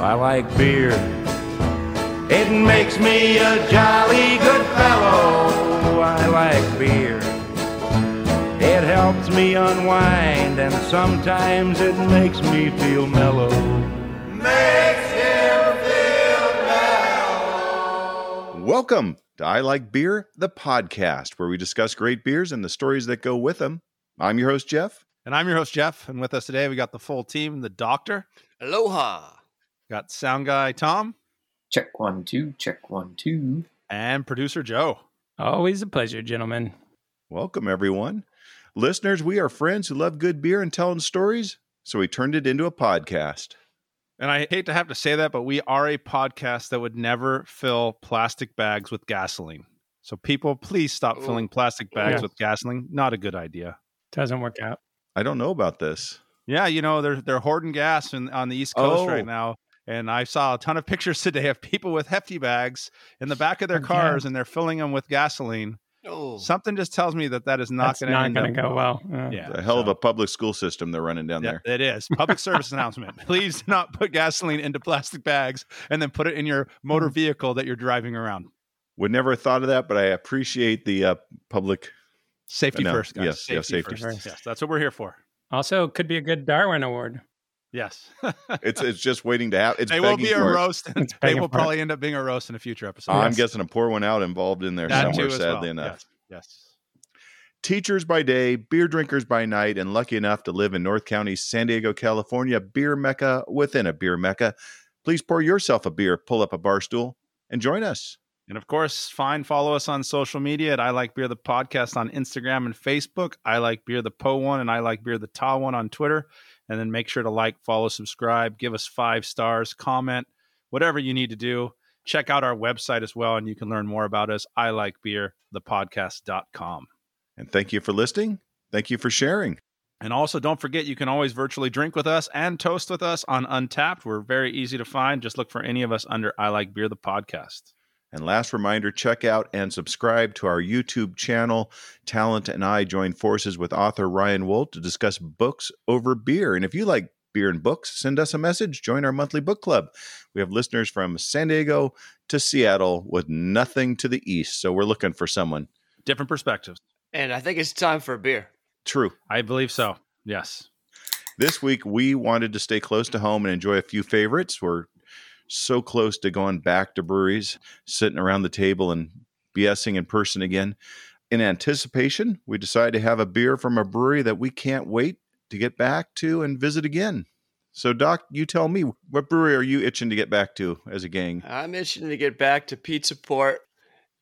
I like beer. It makes me a jolly good fellow. I like beer. It helps me unwind and sometimes it makes me feel mellow. Makes him feel mellow. Welcome to I Like Beer, the podcast where we discuss great beers and the stories that go with them. I'm your host, Jeff. And I'm your host, Jeff. And with us today, we got the full team, the doctor. Aloha. Got sound guy, Tom. Check one, two, check one, two. And producer, Joe. Always a pleasure, gentlemen. Welcome, everyone. Listeners, we are friends who love good beer and telling stories, so we turned it into a podcast. And I hate to have to say that, but we are a podcast that would never fill plastic bags with gasoline. So, people, please stop Ooh. filling plastic bags yeah. with gasoline. Not a good idea. Doesn't work out. I don't know about this. Yeah, you know they're they're hoarding gas in, on the East Coast oh. right now, and I saw a ton of pictures today of people with hefty bags in the back of their cars, Oh, yeah. and they're filling them with gasoline. Oh. Something just tells me that that is not going to going to go well. Uh, Yeah, yeah a hell so. of a public school system they're running down yeah, there. It is public service announcement. Please do not put gasoline into plastic bags and then put it in your Mm. motor vehicle that you're driving around. Would never have thought of that, but I appreciate the uh, public Safety no, first, guys. Yes, safety, yes, safety first. first. Yes, that's what we're here for. Also, could be a good Darwin Award. Yes, it's it's just waiting to happen. It's they will be a roast. And they will probably it. end up being a roast in a future episode. I'm yes. guessing a pour one out involved in there that somewhere. Sadly well. enough. Yes. yes. Teachers by day, beer drinkers by night, and lucky enough to live in North County, San Diego, California, beer mecca within a beer mecca. Please pour yourself a beer, pull up a bar stool, and join us. And of course, find follow us on social media at I Like Beer the Podcast on Instagram and Facebook. I Like Beer the Po one and I Like Beer the Ta one on Twitter. And then make sure to like, follow, subscribe, give us five stars, comment, whatever you need to do. Check out our website as well, and you can learn more about us. I like beer, the podcast.com. And thank you for listening. Thank you for sharing. And also, don't forget you can always virtually drink with us and toast with us on Untapped. We're very easy to find. Just look for any of us under I Like Beer, the podcast. And last reminder check out and subscribe to our YouTube channel. Talent and I join forces with author Ryan Wolt to discuss books over beer. And if you like beer and books, send us a message. Join our monthly book club. We have listeners from San Diego to Seattle with nothing to the east. So we're looking for someone. Different perspectives. And I think it's time for a beer. True. I believe so. Yes. This week, we wanted to stay close to home and enjoy a few favorites. We're so close to going back to breweries, sitting around the table and BSing in person again. In anticipation, we decided to have a beer from a brewery that we can't wait to get back to and visit again. So, Doc, you tell me, what brewery are you itching to get back to as a gang? I'm itching to get back to Pizza Port,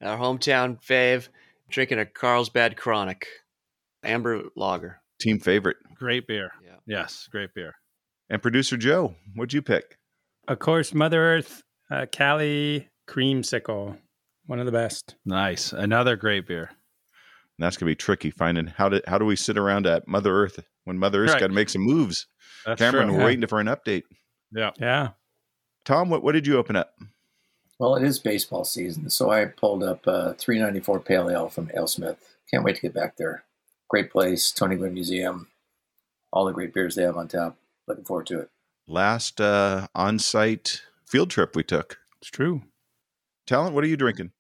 our hometown fave, drinking a Carlsbad Chronic Amber Lager. Team favorite. Great beer. Yeah. Yes, great beer. And producer Joe, what'd you pick? of course, Mother Earth, uh, Cali Creamsicle, one of the best. Nice, another great beer. And that's gonna be tricky finding how do how do we sit around at Mother Earth when Mother Earth's right. got to make some moves. That's Cameron, true. we're yeah. waiting for an update. Yeah, yeah. Tom, what what did you open up? Well, it is baseball season, so I pulled up uh, 394 Pale Ale from AleSmith. Can't wait to get back there. Great place, Tony Gwynn Museum, all the great beers they have on tap. Looking forward to it last uh, on-site field trip we took. It's true. Talent, what are you drinking?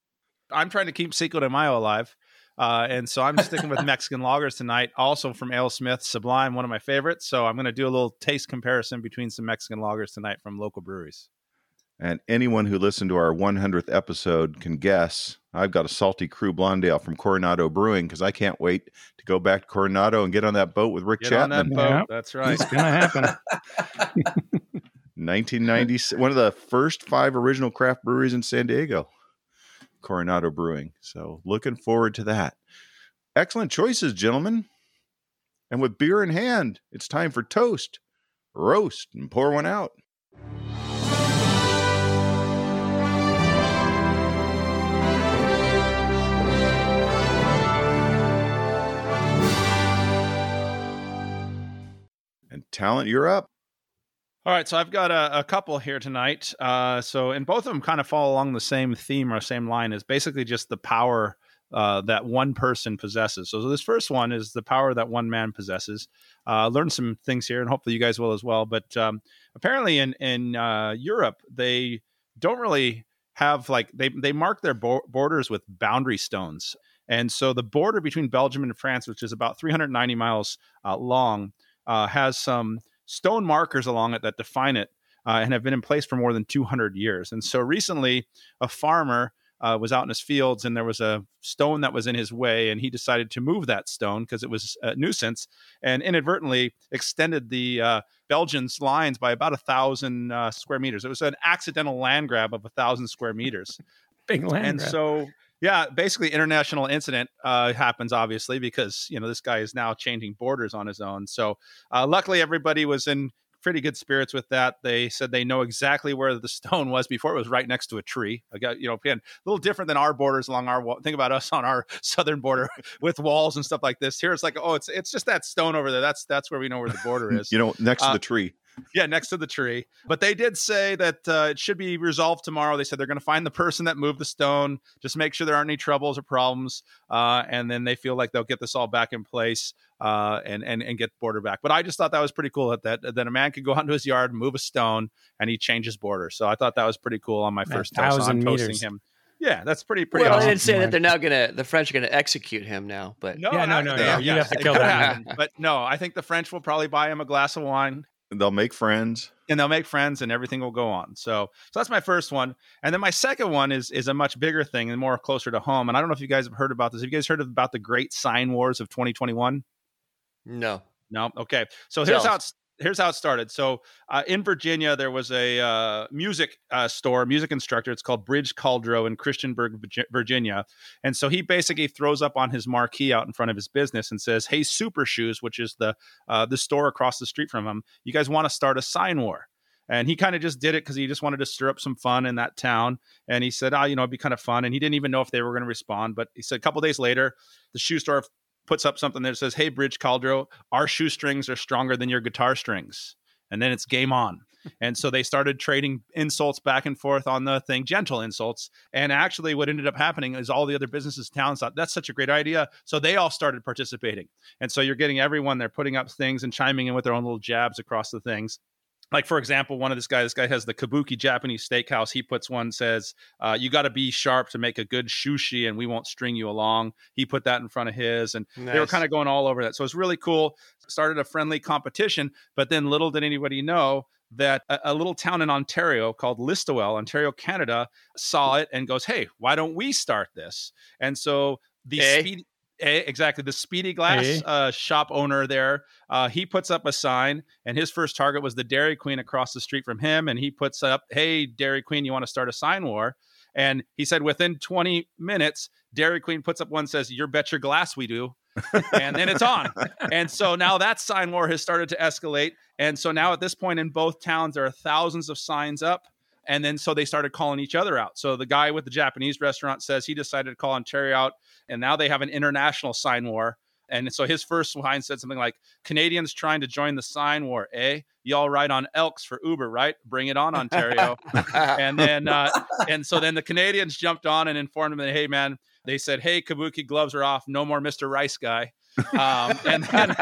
I'm trying to keep Cinco de Mayo alive, uh, and so I'm sticking with Mexican lagers tonight. Also from Ale Smith, Sublime, one of my favorites. So I'm going to do a little taste comparison between some Mexican lagers tonight from local breweries. And anyone who listened to our 100th episode can guess I've got a salty crew blonde ale from Coronado Brewing because I can't wait to go back to Coronado and get on that boat with Rick get Chapman. That yeah. That's right. It's gonna happen. 1990, one of the first five original craft breweries in San Diego, Coronado Brewing. So looking forward to that. Excellent choices, gentlemen. And with beer in hand, it's time for toast, roast, and pour one out. And talent, you're up. All right, so I've got a, a couple here tonight. Uh, so, and both of them kind of fall along the same theme or same line is basically just the power uh, that one person possesses. So, this first one is the power that one man possesses. Uh, learned some things here, and hopefully you guys will as well. But um, apparently, in in uh, Europe, they don't really have like they they mark their bo- borders with boundary stones, and so the border between Belgium and France, which is about 390 miles uh, long, uh, has some stone markers along it that define it. Uh, and have been in place for more than 200 years. And so recently, a farmer uh, was out in his fields and there was a stone that was in his way and he decided to move that stone because it was a nuisance and inadvertently extended the uh, belgians lines by about a thousand uh, square meters it was an accidental land grab of a thousand square meters Big land. and grab. so yeah basically international incident uh, happens obviously because you know this guy is now changing borders on his own so uh, luckily everybody was in pretty good spirits with that they said they know exactly where the stone was before it was right next to a tree I got you know again a little different than our borders along our wall think about us on our southern border with walls and stuff like this here it's like oh it's it's just that stone over there that's that's where we know where the border is You know, next to Uh, the tree. yeah, next to the tree. But they did say that uh, it should be resolved tomorrow. They said they're going to find the person that moved the stone, just make sure there aren't any troubles or problems, uh, and then they feel like they'll get this all back in place uh, and and and get border back. But I just thought that was pretty cool that that, that a man could go out into his yard, move a stone, and he changes border. So I thought that was pretty cool on my Man, first post on 1,000 posting meters. him. Yeah, that's pretty pretty Well, awesome. they didn't say that Mark. they're now gonna the French are gonna execute him now, but No, Yeah, no, not- no, no, yeah, you yes, have to it kill could that happen. But no, I think the French will probably buy him a glass of wine They'll make friends. and they'll make friends and everything will go on. So so that's my first one. And then my second one is is a much bigger thing and more closer to home. And I don't know if you guys have heard about this. Have you guys heard about the Great Sign Wars of 2021? no. No. Okay. So Tell here's how it's, here's how it started. So uh, in Virginia, there was a uh, music uh, store, music instructor. It's called Bridge Caldro in Christianburg, Virgi- Virginia. And so he basically throws up on his marquee out in front of his business and says, "Hey, Super Shoes, which is the uh, the store across the street from him, you guys want to start a sign war?" And he kind of just did it because he just wanted to stir up some fun in that town. And he said, "Ah, you know, it'd be kind of fun." And he didn't even know if they were going to respond. But he said a couple days later, the shoe store puts up something that says, "Hey, Bridge Caldro, our shoestrings are stronger than your guitar strings," and then it's game on. and so they started trading insults back and forth on the thing, gentle insults. And actually, what ended up happening is all the other businesses, in town thought that's such a great idea, so they all started participating. And so you're getting everyone; they're putting up things and chiming in with their own little jabs across the things. Like for example, one of this guy, this guy has the Kabuki Japanese Steakhouse. He puts one says, uh, "You got to be sharp to make a good sushi, and we won't string you along." He put that in front of his, and they were Nice. kind of going all over that. So it's really cool. Started a friendly competition, but then little did anybody know that a, a little town in Ontario called Listowel, Ontario, Canada, saw it and goes, "Hey, why don't we start this?" And so the Eh? speedy, eh, exactly the Speedy Glass Eh? uh, shop owner there, uh, he puts up a sign, and his first target was the Dairy Queen across the street from him, and he puts up, "Hey, Dairy Queen, you want to start a sign war?" And he said, within 20 minutes, Dairy Queen puts up one says, "You bet your glass we do," and then it's on. And so now that sign war has started to escalate. And so now at this point in both towns, there are thousands of signs up. And then so they started calling each other out. So the guy with the Japanese restaurant says he decided to call Ontario out. And now they have an international sign war. And so his first line said something like, Canadians trying to join the sign war, eh? Y'all ride on elks for Uber, right? Bring it on, Ontario and then uh, and so then the Canadians jumped on and informed him that hey man they said hey Kabuki gloves are off no more Mr Rice guy um, and then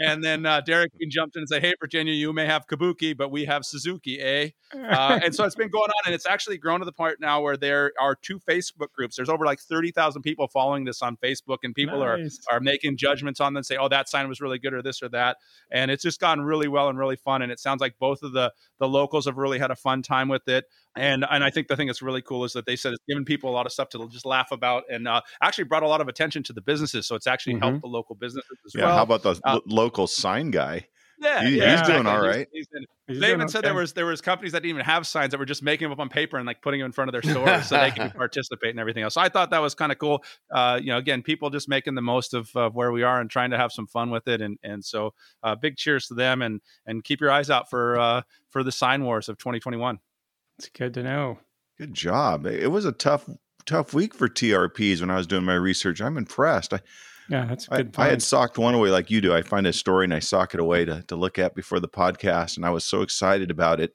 and then uh, Derek Queen jumped in and said hey Virginia you may have Kabuki but we have Suzuki eh uh, and so it's been going on and it's actually grown to the point now where there are two Facebook groups there's over like thirty thousand people following this on Facebook and people are Nice. are making judgments on them say oh that sign was really good or this or that and it's just gotten really well and really fun and it sounds like both of the the locals have really had a fun time with it and and i think the thing that's really cool is that they said it's given people a lot of stuff to just laugh about and uh, actually brought a lot of attention to the businesses so it's actually helped the local businesses as Mm-hmm. Yeah. well how about the uh, lo- local sign guy? yeah, He- he's doing exactly. all right. He's- he's- He's they doing even said okay. there was there was companies that didn't even have signs that were just making them up on paper and like putting them in front of their stores so they could participate and everything else. So I thought that was kind of cool. Uh, you know, again, people just making the most of, of where we are and trying to have some fun with it. And and so uh, big cheers to them and and keep your eyes out for uh, for the sign wars of 2021. It's good to know. Good job. It was a tough, tough week for TRPs when I was doing my research. I'm impressed. I, Yeah, that's a I, good I point. had socked one away like you do. I find a story and I sock it away to, to look at before the podcast. And I was so excited about it.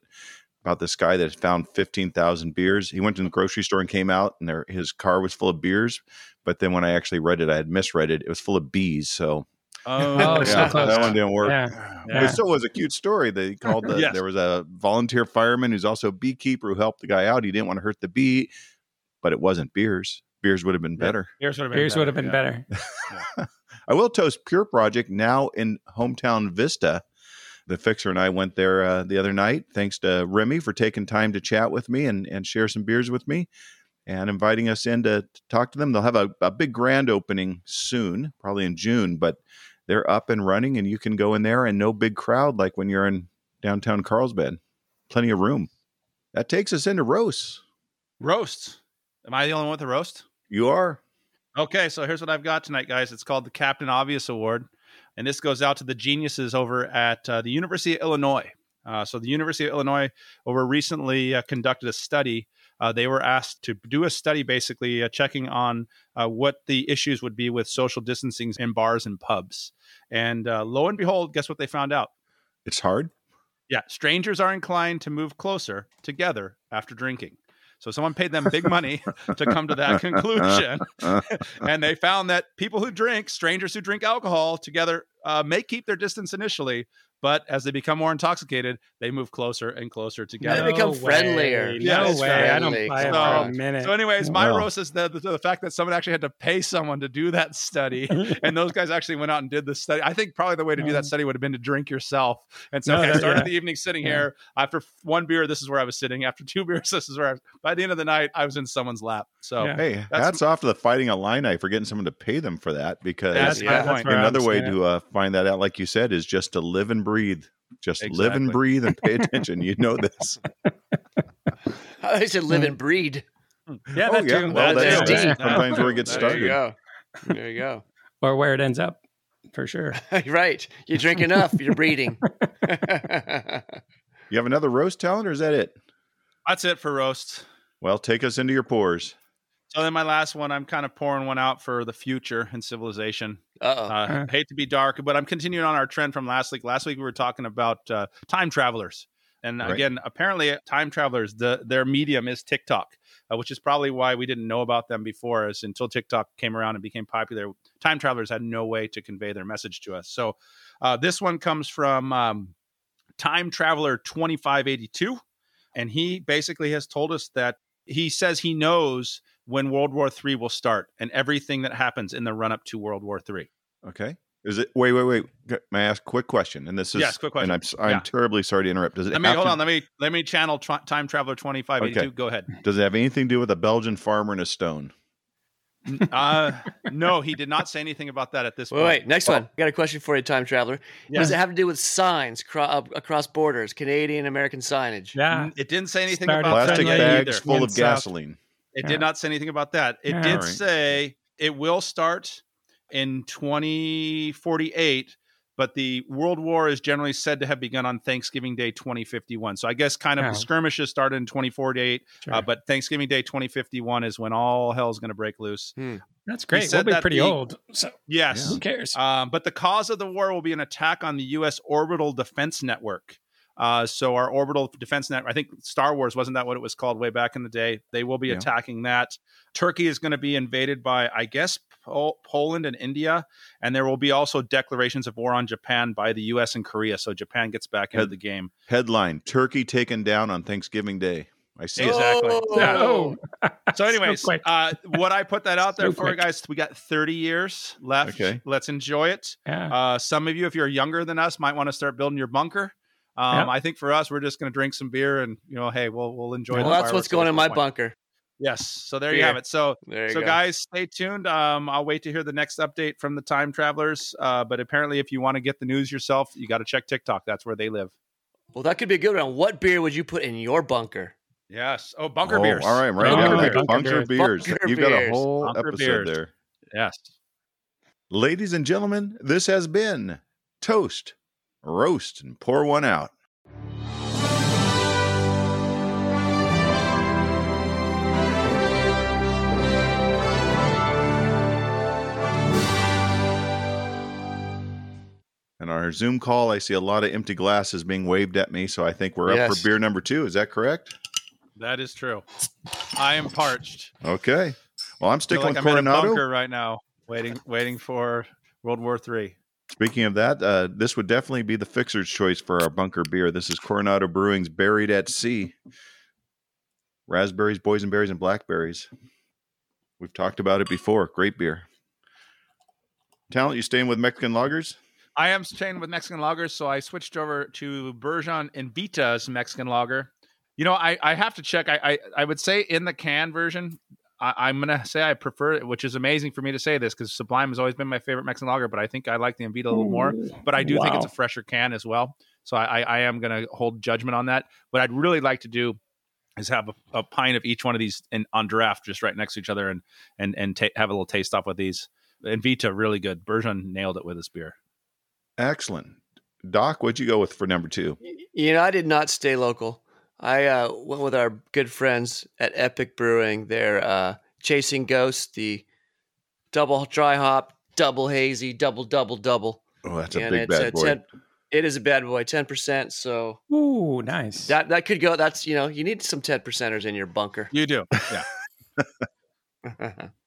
about this guy that had found 15,000 beers. He went to the grocery store and came out, and there, his car was full of beers. But then when I actually read it, I had misread it. It was full of bees. So Oh, yeah, so close. that one didn't work. Yeah, But yeah. It still was a cute story. They called the, Yes. there was a volunteer fireman who's also a beekeeper who helped the guy out. He didn't want to hurt the bee, but it wasn't beers. Beers would have been Yeah. better. Beers would have been Beers would have been yeah. better. I will toast Pure Project now in hometown Vista. The fixer and I went there uh, the other night. Thanks to Remy for taking time to chat with me and, and share some beers with me and inviting us in to, to talk to them. They'll have a, a big grand opening soon, probably in June, but they're up and running and you can go in there and no big crowd like when you're in downtown Carlsbad. Plenty of room. That takes us into roasts. Roasts. Am I the only one with a roast? You are. Okay, so here's what I've got tonight, guys. It's called the Captain Obvious Award, and this goes out to the geniuses over at uh, the University of Illinois. Uh, so the University of Illinois over recently uh, conducted a study. Uh, they were asked to do a study, basically uh, checking on uh, what the issues would be with social distancing in bars and pubs. And uh, lo and behold, guess what they found out? It's hard. Yeah, strangers are inclined to move closer together after drinking. So someone paid them big money to come to that conclusion and they found that people who drink, strangers who drink alcohol together, uh, may keep their distance initially, but as they become more intoxicated, they move closer and closer together. they become friendlier. No Yeah, it's way. I don't friendly. buy So- it for a minute. So, anyways, my Wow. roast is the, the, the fact that someone actually had to pay someone to do that study, and those guys actually went out and did the study. I think probably the way to do that study would have been to drink yourself. And so Um. No, okay, I that- started yeah. the evening sitting Yeah. here. After f- one beer, this is where I was sitting. After two beers, this is where I was. By the end of the night, I was in someone's lap. So Yeah. Hey, That's- hats off to the Fighting Illini for getting someone to pay them for that. Because That's my Yeah. point. where I'm another way standing. to uh, find that out, like you said, is just to live and breathe. Just live and Exactly. breathe and pay attention. You know this. I said live and breed. Yeah, Oh, that yeah. too. Well, That that's, too. that's Yeah. sometimes where it gets There There you started. go. There you go. or where it ends up, for sure. right. You drink enough, you're breeding. You have another roast talent, or is that it? that's it for roasts. Well, take us into your pores. So then my last one, I'm kind of pouring one out for the future and civilization. Uh-oh. Uh, Uh-huh. Hate to be dark, but I'm continuing on our trend from last week. Last week we were talking about uh, time travelers, and Right. again, apparently time travelers, the their medium is TikTok, uh, which is probably why we didn't know about them before. Is until TikTok came around and became popular, time travelers had no way to convey their message to us. So uh, this one comes from um, time traveler 2582, and he basically has told us that he says he knows when World War III will start and everything that happens in the run up to World War III. Okay. Is it? Wait, wait, wait. G- May I ask a quick question? And this is Yes, quick question. And I'm s- I'm Yeah. terribly sorry to interrupt. Does it Let me have hold to- on. Let me let me channel tra- time traveler twenty five eighty two. Go ahead. Does it have anything to do with a Belgian farmer and a stone? Uh, no, he did not say anything about that at this Wait, point. wait, next one. I got a question for you, time traveler. What does it have to do with signs cro- uh, across borders, Canadian American signage? Yeah. It didn't say anything Ah. Started about Plastic friendly. friendly bags either. full Down of south. gasoline. It Yeah. did not say anything about that. It Yeah. did Alright. say it will start in 2048, but the World War is generally said to have begun on Thanksgiving Day 2051. So I guess kind of Yeah. the skirmishes started in 2048, Oh. Sure. uh, but Thanksgiving Day 2051 is when all hell's going to break loose. Hmm. That's great. said We'll be that pretty the- old. So Yes. who cares? Um, but the cause of the war will be an attack on the U.S. orbital defense network. Uh, so our orbital defense net, I think Star Wars wasn't that what it was called way back in the day. They will be Yeah. attacking that. Turkey is going to be invaded by, I guess, Pol- Poland and India, and there will be also declarations of war on Japan by the U.S. and Korea. So Japan gets back into Had- the game. Headline: Turkey taken down on Thanksgiving Day. I see. it. Exactly. Oh. No. So, anyways, quick. uh, what I put that out So there for you quick. guys, we got 30 years left. Okay. Let's enjoy it. yeah. Uh, some of you, if you're younger than us, might want to start building your bunker. Um, Yep. I think for us, we're just going to drink some beer and you know, hey, we'll we'll enjoy. Well, the that's what's fireworks going at in this my point. bunker. Yes. So there you Beer. have it. So There you so go. guys, stay tuned. Um, I'll wait to hear the next update from the time travelers. Uh, but apparently, if you want to get the news yourself, you got to check TikTok. That's where they live. well, that could be a good one. What beer would you put in your bunker? Yes. Oh, bunker Oh, beers. All right, right. Bunker Bunker, beer. beer. Bunker bunker beers. Bunker You've got a beers. whole Bunker episode beers. there. Yes. Ladies and gentlemen, this has been Toast, Roast, and Pour One Out. And our on our Zoom call, I see a lot of empty glasses being waved at me. So I think we're up Yes. for beer number two. Is that correct? That is true. I am parched. Okay. Well, I'm Feel sticking like with I'm in a Coronado. bunker right now, waiting, waiting for World War Three. Speaking of that, uh, this would definitely be the fixer's choice for our bunker beer. This is Coronado Brewing's Buried at Sea. Raspberries, boysenberries, and blackberries. We've talked about it before. Great beer. Talent, you staying with Mexican lagers? I am staying with Mexican lagers, so I switched over to Bergeon Invita's Mexican lager. You know, I, I have to check. I, I I would say in the can version, I, I'm gonna say I prefer it, which is amazing for me to say this because Sublime has always been my favorite Mexican lager, but I think I like the Invita a little more. But I do think it's a Wow. fresher can as well. So I, I, I am gonna hold judgment on that. What I'd really like to do is have a, a pint of each one of these in, on draft just right next to each other and and and ta- have a little taste off with these. Invita really good. Bergeon nailed it with this beer. Excellent. Doc, what'd you go with for number two? Y- You know, I did not stay local. I uh, went with our good friends at Epic Brewing. They're uh, chasing ghosts, the double dry hop, double hazy, double double double. Oh, that's a big uh, bad boy. it is a bad boy, ten percent. So Ooh, nice. that that could go. That's you know, you need some ten percenters in your bunker. You do.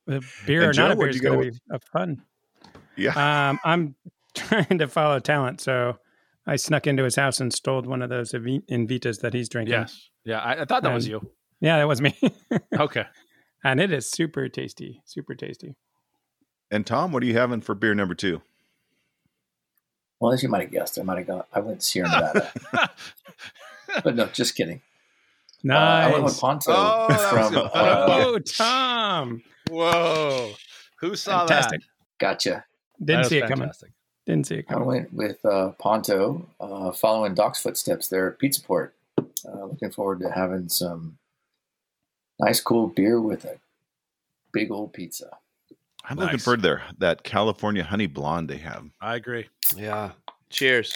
The beer or And Joe, not a beer where'd is you go going to be a fun. Yeah. Um, I'm trying to follow talent, so I snuck into his house and stole one of those Invi- Invitas that he's drinking. Yes. Yeah, I, I thought that was And- you. Yeah, that was me. Okay. and it is super tasty, super tasty. And Tom, what are you having for beer number two? Well, as you might have guessed, I might have gone. I went Sierra Nevada, but no, just kidding. Uh, I went with Nice. Ponto Oh, that was from good. uh, oh, Tom! Whoa. Who saw Fantastic. Gotcha. that? Didn't see it coming. Didn't see it I coming. went with uh, Ponto, uh, following Doc's footsteps there at Pizza Port. Uh, looking forward to having some nice, cool beer with a big old pizza. I'm looking Nice. for their that California honey blonde they have. I agree. Yeah. Cheers.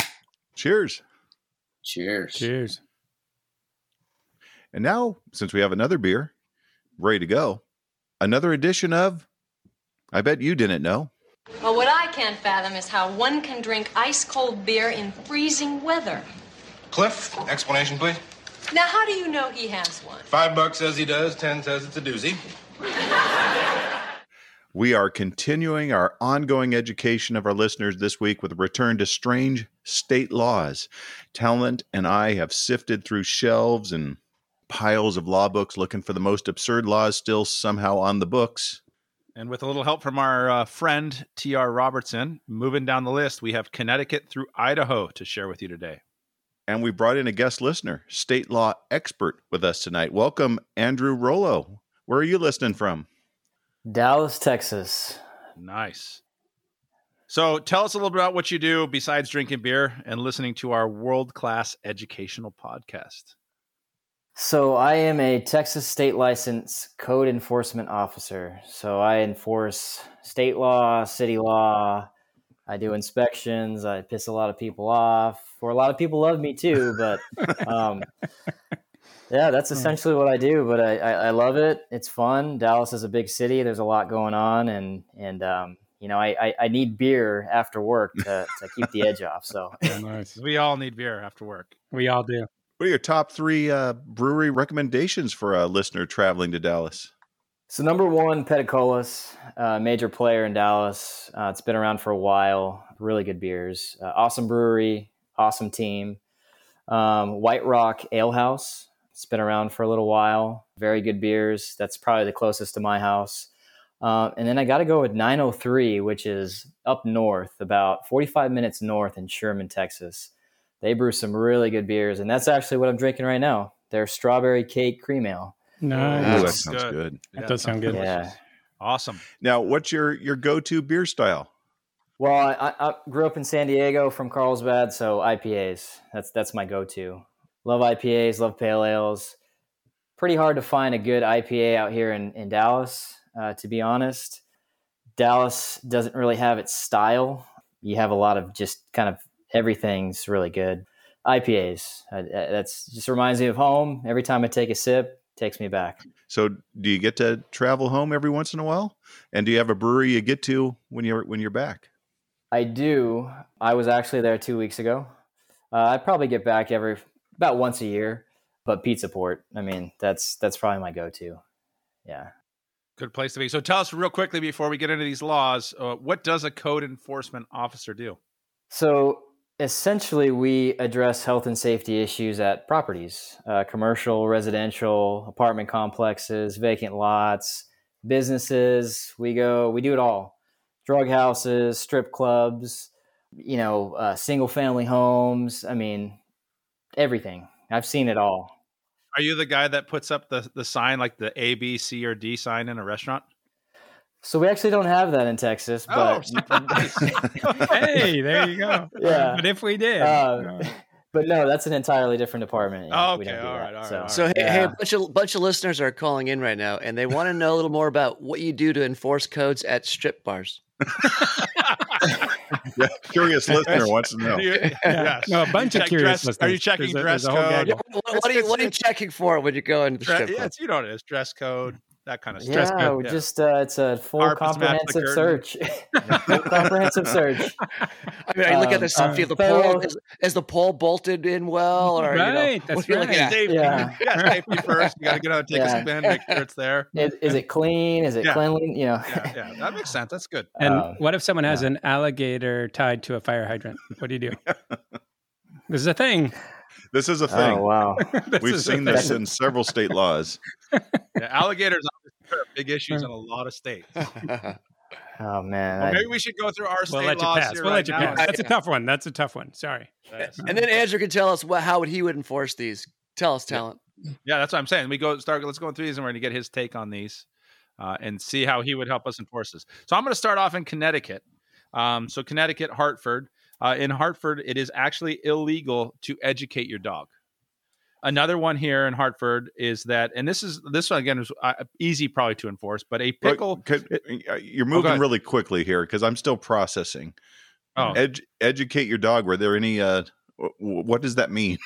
Cheers. Cheers. Cheers. And now, since we have another beer ready to go, another edition of I bet you didn't know. Well, what I can't fathom is how one can drink ice cold beer in freezing weather. Cliff, explanation, please. Now, how do you know he has one? Five bucks says he does, ten says it's a doozy. We are continuing our ongoing education of our listeners this week with a return to strange state laws. Talent and I have sifted through shelves and piles of law books looking for the most absurd laws still somehow on the books. And with a little help from our uh, friend T.R. Robertson, moving down the list, we have Connecticut through Idaho to share with you today. And we brought in a guest listener, state law expert, with us tonight. Welcome, Andrew Rollo. Where are you listening from? Dallas, Texas. Nice. So tell us a little bit about what you do besides drinking beer and listening to our world class educational podcast. So I am a Texas state license code enforcement officer. So I enforce state law, city law. I do inspections. I piss a lot of people off, or a lot of people love me too. But um, yeah, that's essentially what I do. But I, I, I love it. It's fun. Dallas is a big city. There's a lot going on, and and um, you know I, I, I need beer after work to, to keep the edge off. So nice. We all need beer after work. We all do. What are your top three uh, brewery recommendations for a listener traveling to Dallas? So number one, Petacolas, uh, major player in Dallas. Uh, it's been around for a while. Really good beers. Uh, awesome brewery. Awesome team. Um, White Rock Ale House. It's been around for a little while. Very good beers. That's probably the closest to my house. Uh, and then I got to go with 903, which is up north, about 45 minutes north in Sherman, Texas. They brew some really good beers, and that's actually what I'm drinking right now. Their strawberry cake cream ale. Ooh, Nice. that Wow. Sounds sounds Oh, good. good. That does sound good. Yeah. Awesome. Now, what's your your go to beer style? Well, I, I I grew up in San Diego from Carlsbad, so IPAs. That's that's my go-to. Love IPAs, love pale ales. Pretty hard to find a good IPA out here in in Dallas, uh, to be honest. Dallas doesn't really have its style. You have a lot of just kind of everything's really good. IPAs. Uh, uh, that's just reminds me of home. Every time I take a sip, takes me back. So, do you get to travel home every once in a while? And do you have a brewery you get to when you're when you're back? I do. I was actually there two weeks ago. Uh, I probably get back every about once a year, but Pizza Port. I mean, that's that's probably my go-to. Yeah. Good place to be. So tell us real quickly before we get into these laws, uh, what does a code enforcement officer do? So essentially, we address health and safety issues at properties, uh, commercial, residential, apartment complexes, vacant lots, businesses. We go, we do it all. Drug houses, strip clubs, you know, uh, single family homes. I mean, everything. I've seen it all. Are you the guy that puts up the, the sign like the A, B, C, or D sign in a restaurant? So we actually don't have that in Texas, Oh, but hey, there you go. yeah. But if we did, Uh, uh, but no, that's an entirely different department. Yeah, we Okay, don't do all that. right, all right, so, all right. So hey, hey, Yeah. a bunch of bunch of listeners are calling in right now, and they want to know a little more about what you do to enforce codes at strip bars. Yeah, curious listener wants to know. Do you- yes. no, a bunch You of check curious. dress- Are you listeners. checking There's a- dress there's a whole code? gaggle. What, what are you what are you checking for when you go into the Dre- strip club? yes, you know what it is. Dress code, that kind of stuff. Stress yeah, code, we yeah. just uh, it's a full Harp is back to the comprehensive curtain. search. full comprehensive search. I mean, are you looking at the Um, safety of the so- pole? Is, is the pole bolted in well? Or, Right, you know, that's what are you looking right. at? Safety. Yeah. You got safety first. You got to get out, and take a Yeah. spin, make sure it's there. Is, is it clean? Is it Yeah. cleanly? You know. Yeah, yeah, that makes sense. That's good. And Um, what if someone has an alligator tied to a fire hydrant? What do you do? this is a thing. This is a thing. Oh wow! This We've is a seen thing. this in several state laws. Yeah, alligators are big issues Hmm. in a lot of states. Oh man! Well, I- maybe we should go through our state We'll let you laws pass. here We'll right let you now. pass. That's a tough one. That's a tough one. Sorry. Yes. and then Andrew can tell us what, how would he would enforce these. Tell us, talent. Yeah, that's what I'm saying. We go start. Let's go through these, and we're going to get his take on these, uh, and see how he would help us enforce this. So I'm going to start off in Connecticut. Um, so Connecticut, Hartford. Uh, in Hartford, it is actually illegal to educate your dog. Another one here in Hartford is that, and this is this one again is uh, easy probably to enforce, but a But pickle. Oh, could- you're go moving ahead. really quickly here because I'm still processing. Oh. Edu- educate your dog. Were there any? Uh, w- w- what does that mean?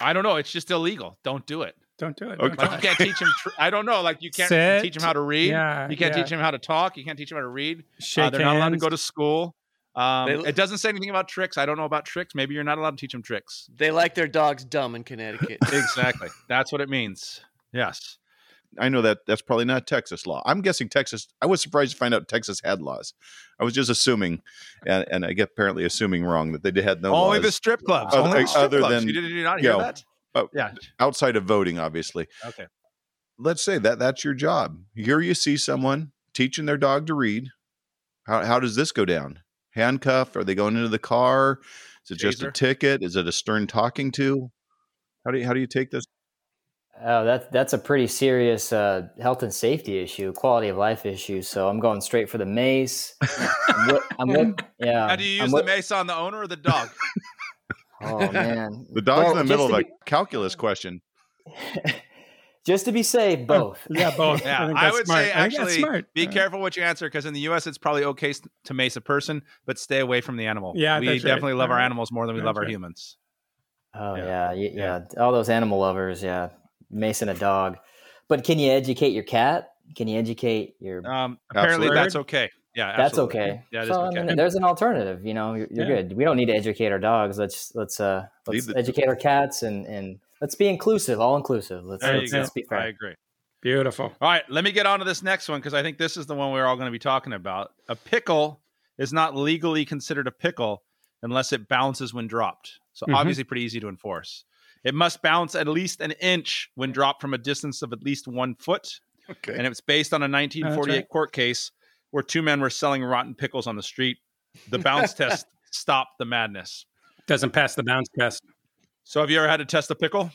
I don't know. It's just illegal. Don't do it. Don't do it. Okay. Don't Like do you it. can't teach him. Tr- I don't know. Like you can't Sit. teach him how to read. Yeah. You can't yeah. teach him how to talk. You can't teach him how to read. Shake Uh, they're not allowed to hands. go to school. Um, They- it doesn't say anything about tricks. I don't know about tricks. Maybe you're not allowed to teach them tricks. They like their dogs dumb in Connecticut. Exactly. That's what it means. Yes. I know that that's probably not Texas law. I'm guessing Texas. I was surprised to find out Texas had laws. I was just assuming, and, and I get apparently assuming wrong that they had no Only laws the strip clubs. Other- Only the strip Oh, other clubs. than- you did, did you not hear yeah. that? Oh. yeah. outside of voting. Obviously, Okay. let's say that that's your job. Here you see someone teaching their dog to read. How how does this go down? Handcuffed? Are they going into the car? Is it just a Taser. ticket? Is it a stern talking to? How do you, how do you take this? Oh, that that's a pretty serious uh, health and safety issue, quality of life issue. So I'm going straight for the mace. I'm wi- I'm wi- yeah. How do you I'm use wi- the mace on the owner or the dog? Oh man! The dog's Well, in the just middle to of a be- calculus question. just to be safe, both. Yeah, both. Yeah, I, think I that's would smart. say I think that's actually, smart. Be Uh-huh. Uh, careful what you answer because in the U.S. it's probably okay s- to mace a person, but stay away from the animal. Yeah, we that's right. definitely love our Alright. animals more than we That's love our right. humans. Oh yeah. Yeah. Yeah, yeah, All those animal lovers, yeah. Mason a dog, but can you educate your cat? Can you educate your? Um, apparently, Absolutely. that's okay. Yeah, That's absolutely. okay. Yeah, it is so I okay. mean, there's an alternative. You know, you're, you're Yeah. good. We don't need to educate our dogs. Let's let's uh let's Leave the- educate our cats and and let's be inclusive, all inclusive. Let's There you let's, go. let's be I fair. agree. Beautiful. All right, let me get on to this next one because I think this is the one we're all going to be talking about. A pickle is not legally considered a pickle unless it bounces when dropped. So Mhm. obviously, pretty easy to enforce. It must bounce at least an inch when dropped from a distance of at least one foot, Okay. and it was based on a 1948 right. court case where two men were selling rotten pickles on the street. The bounce test stopped the madness. Doesn't pass the bounce test. So, have you ever had to test a pickle?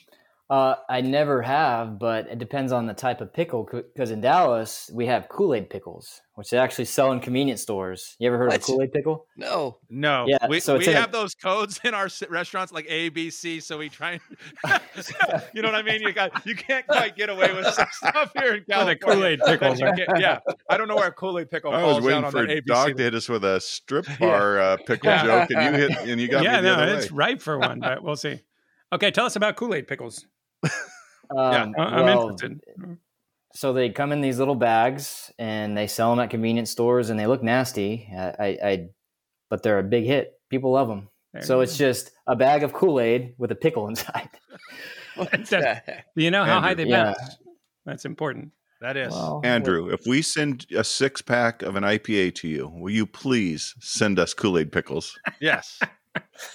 Uh, I never have, but it depends on the type of pickle. Because in Dallas, we have Kool Aid pickles, which they actually sell in convenience stores. You ever heard of What? a Kool Aid pickle? no. No, Yeah, we, so we it's in a- have those codes in our s- restaurants like A, B, C. So we try and, you know what I mean? You got you can't quite get away with some stuff here in Oh, California. the Kool Aid that pickles. you can't- yeah, I don't know where a Kool Aid pickle I falls was waiting down for on that a A, B, dog C. to hit us with a strip Yeah. bar uh, pickle Yeah. joke, and you hit and you got Yeah, me the no, other it's way. ripe for one, but we'll see. Okay, tell us about Kool Aid pickles. Um, I- I'm well, interested. so they come in these little bags and they sell them at convenience stores and they look nasty. I, I, I but they're a big hit. People love them. There so you it's just a bag of Kool Aid with a pickle inside. What That's- the heck? Do you know how high they Andrew. Yeah. bounce? That's important. That is. Well, Andrew, if we send a six pack of an IPA to you, will you please send us Kool Aid pickles? Yes. well,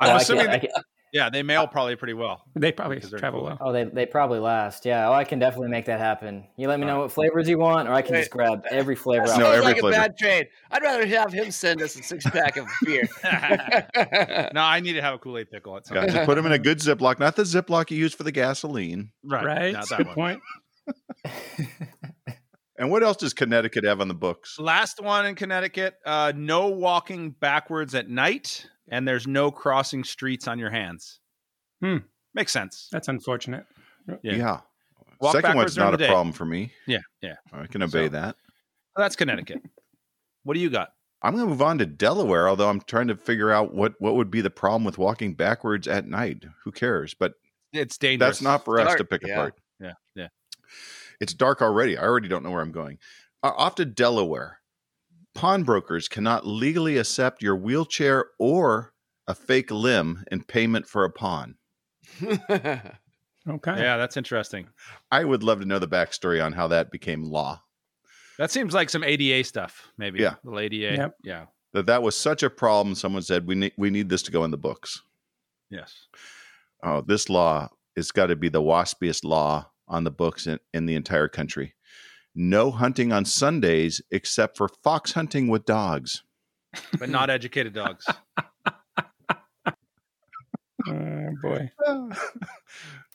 I'm I assuming. can, I that- can, yeah, they mail probably pretty well. They probably Because they're travel cool. well. oh, they, they probably last. Yeah. Oh, I can definitely make that happen. You let me know what flavors you want, or I can Wait. just grab every flavor. That out No, sounds there. every like a flavor. bad trade. I'd rather have him send us a six pack of beer. no, I need to have a Kool Aid pickle at some Yeah, point. just put them in a good Ziploc, not the Ziploc you use for the gasoline. Right. Right? Not That's a that good one. point. And what else does Connecticut have on the books? Last one in Connecticut uh, no walking backwards at night, and there's no crossing streets on your hands. Hmm. Makes sense. That's unfortunate. Yeah. Yeah. Walk Second backwards one's during not the a day. problem for me. Yeah. Yeah. I can obey So- that. That's Connecticut. what do you got? I'm going to move on to Delaware, although I'm trying to figure out what, what would be the problem with walking backwards at night. Who cares? But It's dangerous. that's not for us to dark, pick yeah. apart. Yeah, yeah. It's dark already. I already don't know where I'm going. Uh, off to Delaware. Pawnbrokers cannot legally accept your wheelchair or a fake limb in payment for a pawn. Okay. Yeah, that's interesting. I would love to know the backstory on how that became law. That seems like some ADA stuff, maybe. Yeah. Little ADA. Yep. Yeah. That that was such a problem. Someone said we need we need this to go in the books. Yes. Oh, this law has got to be the waspiest law on the books in, in the entire country. No hunting on Sundays except for fox hunting with dogs. But not educated dogs. Oh, boy.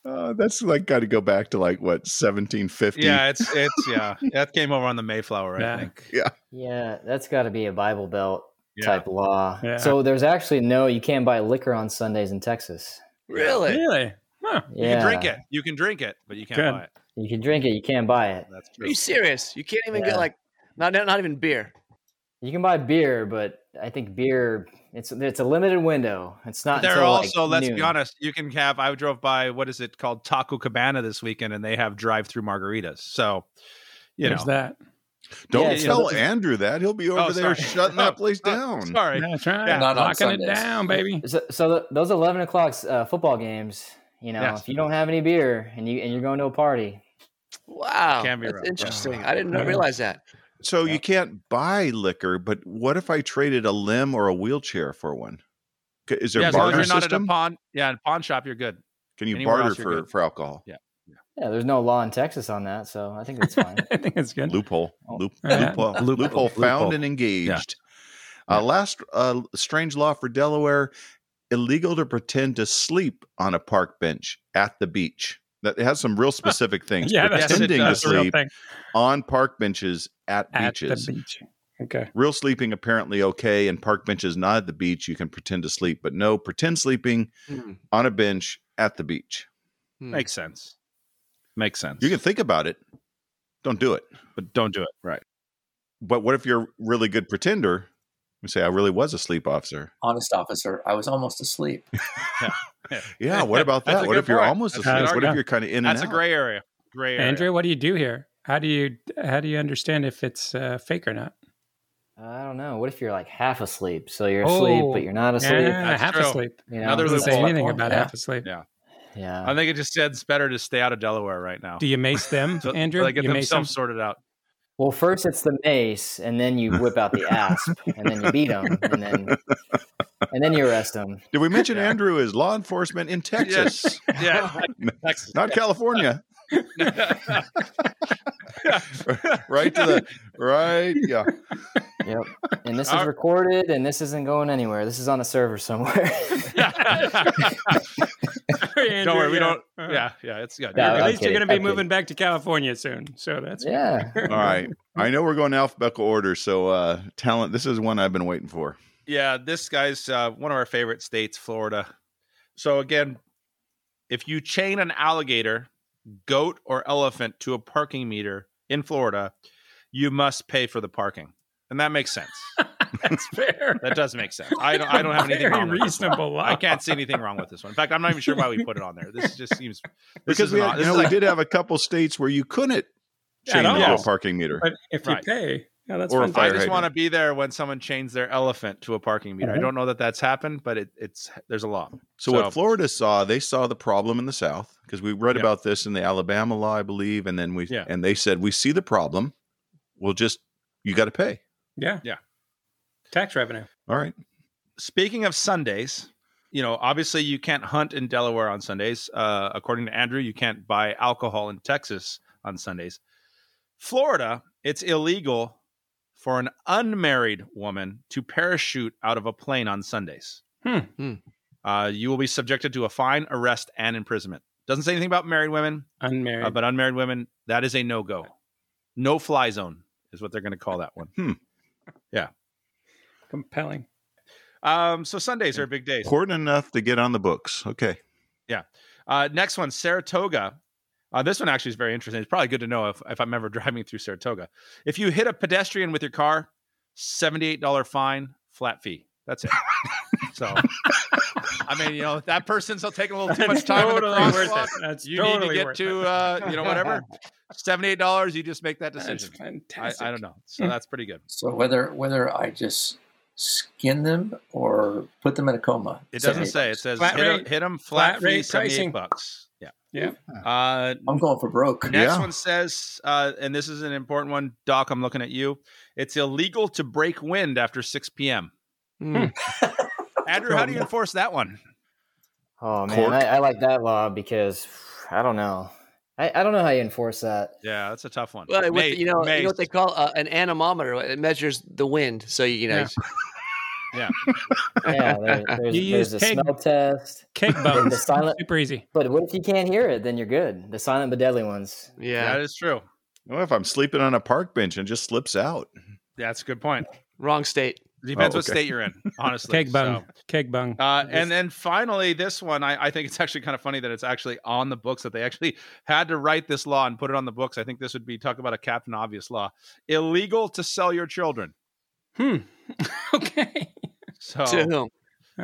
Uh, that's like got to go back to like what 1750. yeah, it's, it's, yeah. That came over on the Mayflower, I Yeah. think. Yeah, that's got to be a Bible Belt Yeah. type law. Yeah. So there's actually no, you can't buy liquor on Sundays in Texas. really? Really? Huh. You Yeah. can drink it. You can drink it, but you can't Good. buy it. You can drink it. You can't buy it. That's Are true. you serious? You can't even Yeah. get like not not even beer. You can buy beer, but I think beer it's it's a limited window. It's not. There are until, like, also, let's be noon. honest, you can have. I drove by what is it called Taco Cabana this weekend, and they have drive-through margaritas. So, you There's know, that. Don't Yeah, so tell this is- Andrew that. He'll be over Oh, there sorry. shutting that place Oh, down. sorry, That's right. Yeah. Not Not on Locking it Sundays. down, baby. So, so th- those eleven o'clock uh, football games, you know, Yes. if you don't have any beer and you and you're going to a party, Wow, Can be that's rough. interesting. I didn't Yeah. realize that. So Yeah. you can't buy liquor, but what if I traded a limb or a wheelchair for one? C- Is there yeah, as long as barter you're not at system? a pawn, yeah, in a pawn shop, you're good. Can you anywhere barter else, you're for, good. for alcohol? yeah, there's no law in Texas on that, so I think that's fine. I think it's good. Loophole, Oh. loop, Yeah. loophole, loophole, found and engaged. Uh, last uh, strange law for Delaware: illegal to pretend to sleep on a park bench at the beach. That it has some real specific things. Yeah, that's, it pretending to that's a real sleep thing. on park benches at, At beaches. the beach. Okay. real sleeping apparently okay and park benches not at the beach you can pretend to sleep but no pretend sleeping Hmm. on a bench at the beach Hmm. Makes sense. Makes sense. you can think about it don't do it but don't do it. Right. but what if you're a really good pretender you say i really was a sleep officer Honest officer, I was almost asleep. yeah what about That's that a what good if you're point. almost That's a asleep good what if argument. you're kind of in That's a and out gray area. Gray area. Andrew, what do you do here? How do you how do you understand if it's uh, fake or not? I don't know. What if you're like half asleep? So you're asleep, Oh, but you're not asleep. Yeah, That's half true. asleep. You know, another Doesn't say loophole. anything about yeah. half asleep. Yeah. Yeah. I think it just said it's better to stay out of Delaware right now. Do you mace them, So- so Andrew? they get you mace them. themselves sorted out. Well, first it's the mace, and then you whip out the asp, and then you beat them, and then and then you arrest them. did we mention Yeah. andrew is law enforcement in texas Yeah. Texas. not california right to the right yeah Yep. And this All- is recorded, and this isn't going anywhere. This is on a server somewhere. Andrew, don't worry, we yeah. don't. Uh, Yeah, yeah, it's good. No, You're At good. I'm least you're kidding, going to be I'm moving back to California soon, so that's yeah. all right i know we're going alphabetical order so uh talent this is one i've been waiting for Yeah, this guy's uh, one of our favorite states, Florida. So again, if you chain an alligator, goat, or elephant to a parking meter in Florida, you must pay for the parking, and that makes sense. that's fair. that does make sense. I don't. I don't have anything Very wrong. With this one. reasonable. law. I can't see anything wrong with this one. In fact, I'm not even sure why we put it on there. This just seems this because is we, an had, odd- you this know, is we like- did have a couple states where you couldn't At change all. the parking meter. But if Right. you pay, Yeah, that's Or a fun. fire I just hydrant. want to be there when someone chains their elephant to a parking meter. I Mhm. don't know that that's happened, but it, it's there's a law. So, So- what Florida saw, they saw the problem in the South because we read Yeah. about this in the Alabama law, I believe, and then we Yeah. and they said we see the problem. We'll just you got to pay. Yeah. Yeah. Tax revenue. All right. Speaking of Sundays, you know, obviously you can't hunt in Delaware on Sundays. Uh, according to Andrew, you can't buy alcohol in Texas on Sundays. Florida, it's illegal for an unmarried woman to parachute out of a plane on Sundays. Hmm. Hmm. Uh, you will be subjected to a fine, arrest, and imprisonment. Doesn't say anything about married women. Unmarried. Uh, but unmarried women, that is a no go. No fly zone is what they're going to call that one. Compelling. Um, so Sundays are big days. Important enough to get on the books. Okay. Uh, next one, Saratoga. Uh, this one actually is very interesting. It's probably good to know if, if I'm ever driving through Saratoga. If you hit a pedestrian with your car, $78 fine, flat fee. That's it. so, I mean, you know, if that person's taking a little too much time totally in the worth crosswalk, it. That's you totally need to get worth to, it. uh, you know, whatever. $78, you just make that That's decision. I, fantastic. I don't know. So that's pretty good. So whether whether I just skin them or put them in a coma, It doesn't $78. say. It says Flat hit, rate- a, hit 'em flat, flat rate rate pricing pricing. bucks. Yeah. Yeah. Uh, I'm going for broke. next Yeah. one says, uh, and this is an important one, Doc. I'm looking at you. It's illegal to break wind after 6 p.m. Hmm. Mm. Andrew, how do you enforce that one? Oh man, Cork. I, I like that law because I don't know. I, I don't know how you enforce that. Yeah, that's a tough one. Well, with, Mace, you know, you mace. know what they call uh, an anemometer. It measures the wind, so you know. Yeah. Yeah, there, there's, You there's use a peg- smell test. Cake The bones. silent, Super easy. but what if you can't hear it? Then you're good. The silent but deadly ones. Yeah. that is true. Well, if I'm sleeping on a park bench and just slips out, That's a good point. Wrong state. Depends Oh, what okay. state you're in, honestly. Keg So- bung. Keg bung. Uh, and then finally, this one, I, I think it's actually kind of funny that it's actually on the books that they actually had to write this law and put it on the books. I think this would be talk about a Captain Obvious law illegal to sell your children. hmm. okay. Uh, So To whom?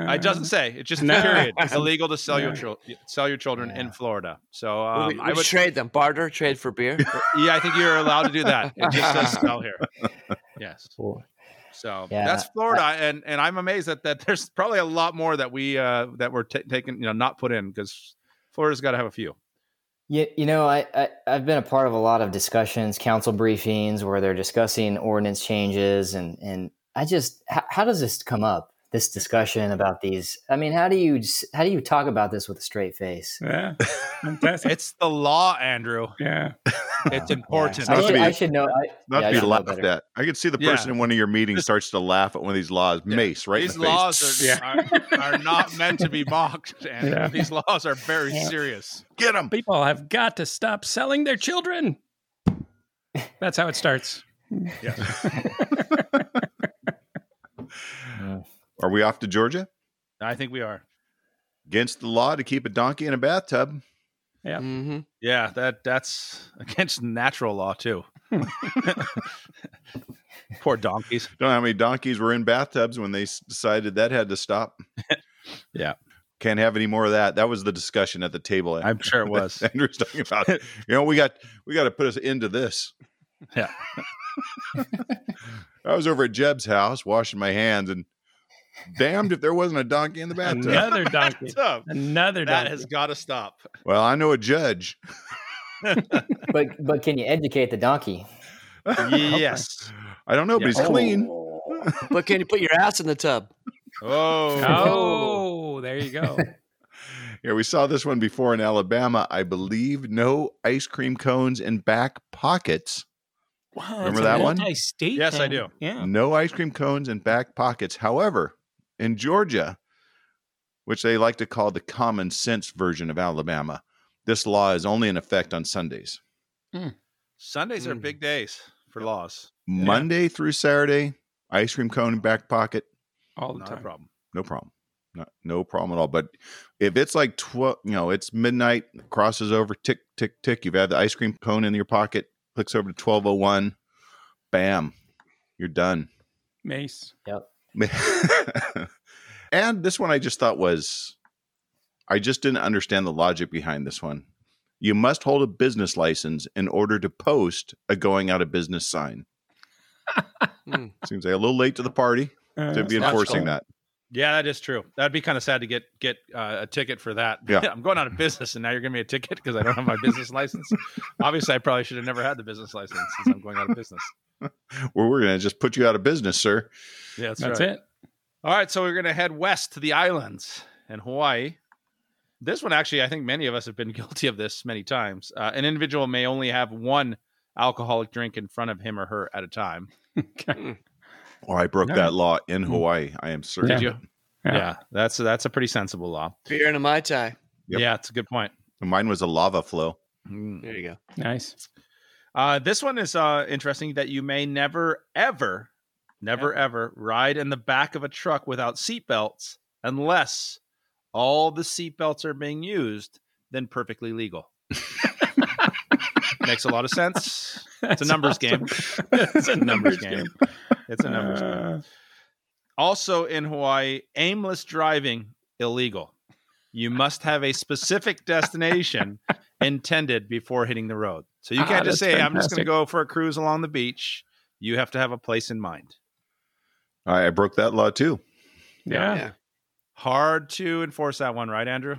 it doesn't say, it's just No. period. It's illegal to sell your No. chil- sell your children in Yeah. Florida. So We- um, we, I would, trade them. Barter, trade for beer. yeah, I think you're allowed to do that. It just says sell here. Yes. Cool. So Yeah. that's Florida, and and I'm amazed that that there's probably a lot more that we uh that were ta taken, you know, not put in because Florida's got to have a few. You, you know, I, I, I've been a part of a lot of discussions, council briefings where they're discussing ordinance changes. And, and I just, how, how does this come up? This discussion about these. I mean, how do you s- how do you talk about this with a straight face? Yeah. Fantastic. It's the law, Andrew. yeah. It's important. I, Not to should, be- I should know. I, yeah, not I to be should know laughed better. at. I could see the Yeah. person in one of your meetings starts to laugh at one of these laws. Yeah. Mace, right? These in the face. laws are, Yeah. are are not meant to be mocked, and Yeah. these laws are very Yeah. serious. Get him. People have got to stop selling their children. That's how it starts. Are we off to Georgia? I think we are. Against the law to keep a donkey in a bathtub. Yeah. hmm Yeah, that that's against natural law too. Poor donkeys. Don't know how many donkeys were in bathtubs when they s- decided that had to stop. Yeah. Can't have any more of that. That was the discussion at the table. I'm sure it was. Andrew's talking about, you know, we got we got to put us into this. Yeah. I was over at Jeb's house washing my hands, and damned if there wasn't a donkey in the bathtub. Another donkey. So, Another that donkey. has got to stop. Well, I know a judge. But but can you educate the donkey? Yes. I don't know, Yeah. but he's clean. Oh. But can you put your ass in the tub? Oh. oh, there you go. Yeah, we saw this one before in Alabama, I believe. No ice cream cones in back pockets. Wow, Remember that one? Mm, State Yes, I do. Yeah. No ice cream cones in back pockets. However, in Georgia, which they like to call the common sense version of Alabama, this law is only in effect on Sundays. Sundays are Mm. big days for laws. Monday through Saturday, ice cream cone in back pocket, All the Not a time. problem. no problem. Not, no problem at all. But if it's like 12, you know, it's midnight, crosses over, tick, tick, tick, you've had the ice cream cone in your pocket, clicks over to 1201, bam, you're done. Mace. and this one I just thought was I just didn't understand the logic behind this one. You must hold a business license in order to post a going out of business sign. Hmm. Seems like a little late to the party Uh, to be that's enforcing cool. that. Yeah, that is true. That'd be kind of sad to get get uh, a ticket for that. Yeah. I'm going out of business, and now you're giving me a ticket because I don't have my business license. Obviously, I probably should have never had the business license since I'm going out of business. Well, we're going to just put you out of business, sir. Yeah, that's, that's right. it. All right, so we're going to head west to the islands and Hawaii. This one, actually, I think many of us have been guilty of this many times. Uh, an individual may only have one alcoholic drink in front of him or her at a time. Or I broke Yeah. that law in Hawaii. I am certain. Did you? Yeah, Yeah. that's that's a pretty sensible law. Beer and a mai tai. Yep. Yeah, it's a good point. Mine was a lava flow. Mm. There you go. Nice. Uh, this one is uh, interesting that you may never, ever, never, ever ride in the back of a truck without seatbelts unless all the seatbelts are being used, then perfectly legal. Makes a lot of sense. It's a numbers game. it's a numbers game. It's a numbers game. Uh, Also in Hawaii, aimless driving illegal. You must have a specific destination intended before hitting the road. So you Ah, can't just that's say, I'm just going to fantastic. go for a cruise along the beach. You have to have a place in mind. I, I broke that law too. yeah. Yeah. Hard to enforce that one, right, Andrew?